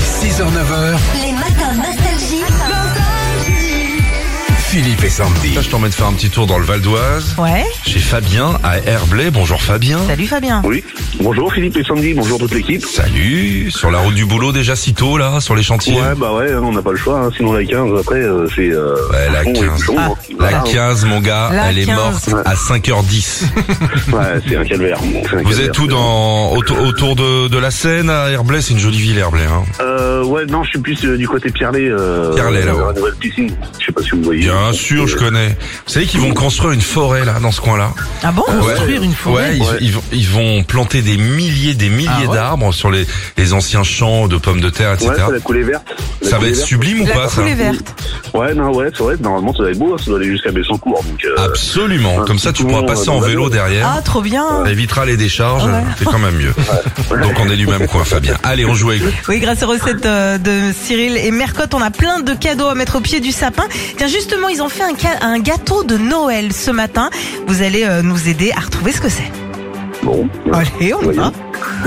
6h-9h, Les matins nostalgie. Philippe et Sandy. Là, je t'emmène faire un petit tour dans le Val d'Oise, Ouais. chez Fabien à Herblay. Bonjour Fabien. Salut Fabien. Oui. Bonjour Philippe et Sandy, bonjour toute l'équipe. Salut. Sur la route du boulot déjà si tôt là, sur les chantiers. Ouais, bah ouais, hein, on n'a pas le choix, hein, sinon la 15, après, euh, c'est... Euh, Ouais, la bon, 15. et bon, hein. La Voilà, 15, mon gars, La elle est 15. morte à 5h10. Ouais, c'est un calvaire. bon, c'est un Vous calvaire. êtes où dans autour, autour de, de la Seine à Herblay C'est une jolie ville Herblay. Hein. euh, Ouais, non, je suis plus euh, du côté Pierlet. Euh, Pierlet, là-haut. vers La nouvelle piscine, je sais pas si vous voyez. Bien sûr, je connais. Vous savez qu'ils vont construire une forêt là dans ce coin-là. Ah bon Construire une forêt Ouais, ils, ils vont, ils vont planter des milliers, des milliers Ah ouais. d'arbres sur les, les anciens champs de pommes de terre, etc. Ouais, c'est la coulée verte. La ça va coulée être verte. sublime ou La pas ça coulée verte. Ouais, non, ouais, c'est vrai, normalement, ça doit être beau, hein, ça doit aller jusqu'à Bessancourt, donc... Euh, Ah, Absolument. un Comme ça, petit tu pourras tour, passer euh, en dans la vélo zone. derrière. Ah, trop bien. Ça évitera les décharges, Ouais. c'est quand même mieux. Donc on est du même coin, Fabien. Allez, on joue avec vous. Oui, grâce aux recettes euh, de Cyril et Mercotte, on a plein de cadeaux à mettre au pied du sapin. Tiens, justement, ils ont fait un, ca- un gâteau de Noël ce matin. Vous allez euh, nous aider à retrouver ce que c'est. bon, euh, Allez, on y va. voyons.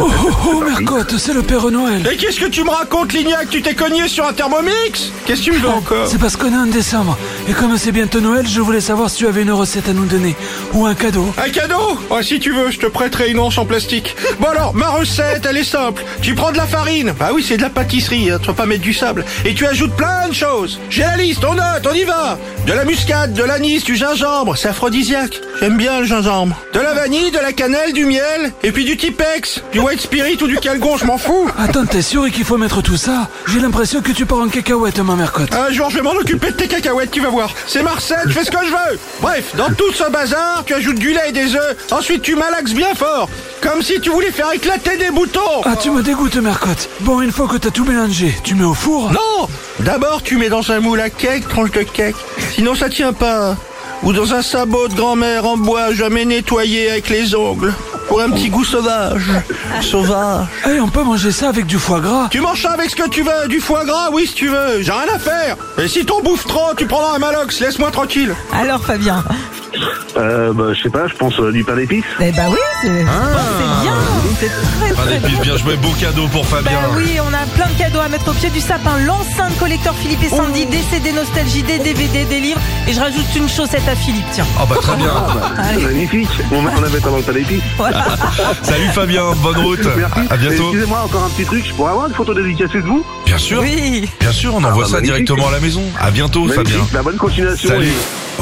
Oh, oh, oh, Mercotte, c'est le Père Noël. Mais qu'est-ce que tu me racontes, Lignac Tu t'es cogné sur un Thermomix Qu'est-ce que tu me veux encore C'est parce qu'on est en décembre. Et comme c'est bientôt Noël, je voulais savoir si tu avais une recette à nous donner. Ou un cadeau. Un cadeau Oh, si tu veux, je te prêterai une hanche en plastique. Bon alors, ma recette, elle est simple. Tu prends de la farine. Ah oui, c'est de la pâtisserie, hein, tu vas pas mettre du sable. Et tu ajoutes plein de choses. J'ai la liste, on note, on y va De la muscade, de l'anis, du gingembre, c'est aphrodisiaque. J'aime bien le gingembre. De la vanille, de la cannelle, du miel, et puis du Tipex, du white spirit ou du calgon, je m'en fous. Attends, t'es sûr qu'il faut mettre tout ça J'ai l'impression que tu pars en cacahuète, ma Mercotte. Un jour, je vais m'en occuper de tes cacahuètes, tu vas voir. C'est ma recette, je fais ce que je veux. Bref, dans tout ce bazar, tu ajoutes du lait et des œufs. Ensuite, tu malaxes bien fort. Comme si tu voulais faire éclater des boutons. Ah, tu me dégoûtes, Mercotte. Bon, une fois que t'as tout mélangé, tu mets au four Non D'abord, tu mets dans un moule à cake, tranche de cake. Sinon, ça tient pas. hein. Ou dans un sabot de grand-mère en bois jamais nettoyé avec les ongles. Pour un petit goût sauvage. Sauvage. Et Eh, on peut manger ça avec du foie gras. Tu manges ça avec ce que tu veux, du foie gras, oui, si tu veux. J'ai rien à faire. Et si t'en bouffes trop, tu prendras un malox, laisse-moi tranquille. Alors, Fabien Euh, bah, je sais pas, je pense euh, du pain d'épices. Eh bah oui, c'est Ah. c'est bien. C'est Pas très, très d'épices, bien. bien joué, beau cadeau pour Bah Fabien. oui, on a plein de cadeaux à mettre au pied du sapin. L'enceinte collector Philippe et Sandy, des CD nostalgie, des DVD, des livres. Et je rajoute une chaussette à Philippe, tiens. Ah bah très bien. C'est magnifique. On on avait ça dans le pain d'épices. Salut Fabien, bonne route. Merci. À bientôt. Excusez-moi, encore un petit truc, je pourrais avoir une photo dédicacée de vous Bien sûr. Oui. Bien sûr, on envoie bah, ça magnifique. directement à la maison. À bientôt, Fabien. Magnifique. Bah, bonne continuation. Salut. Et-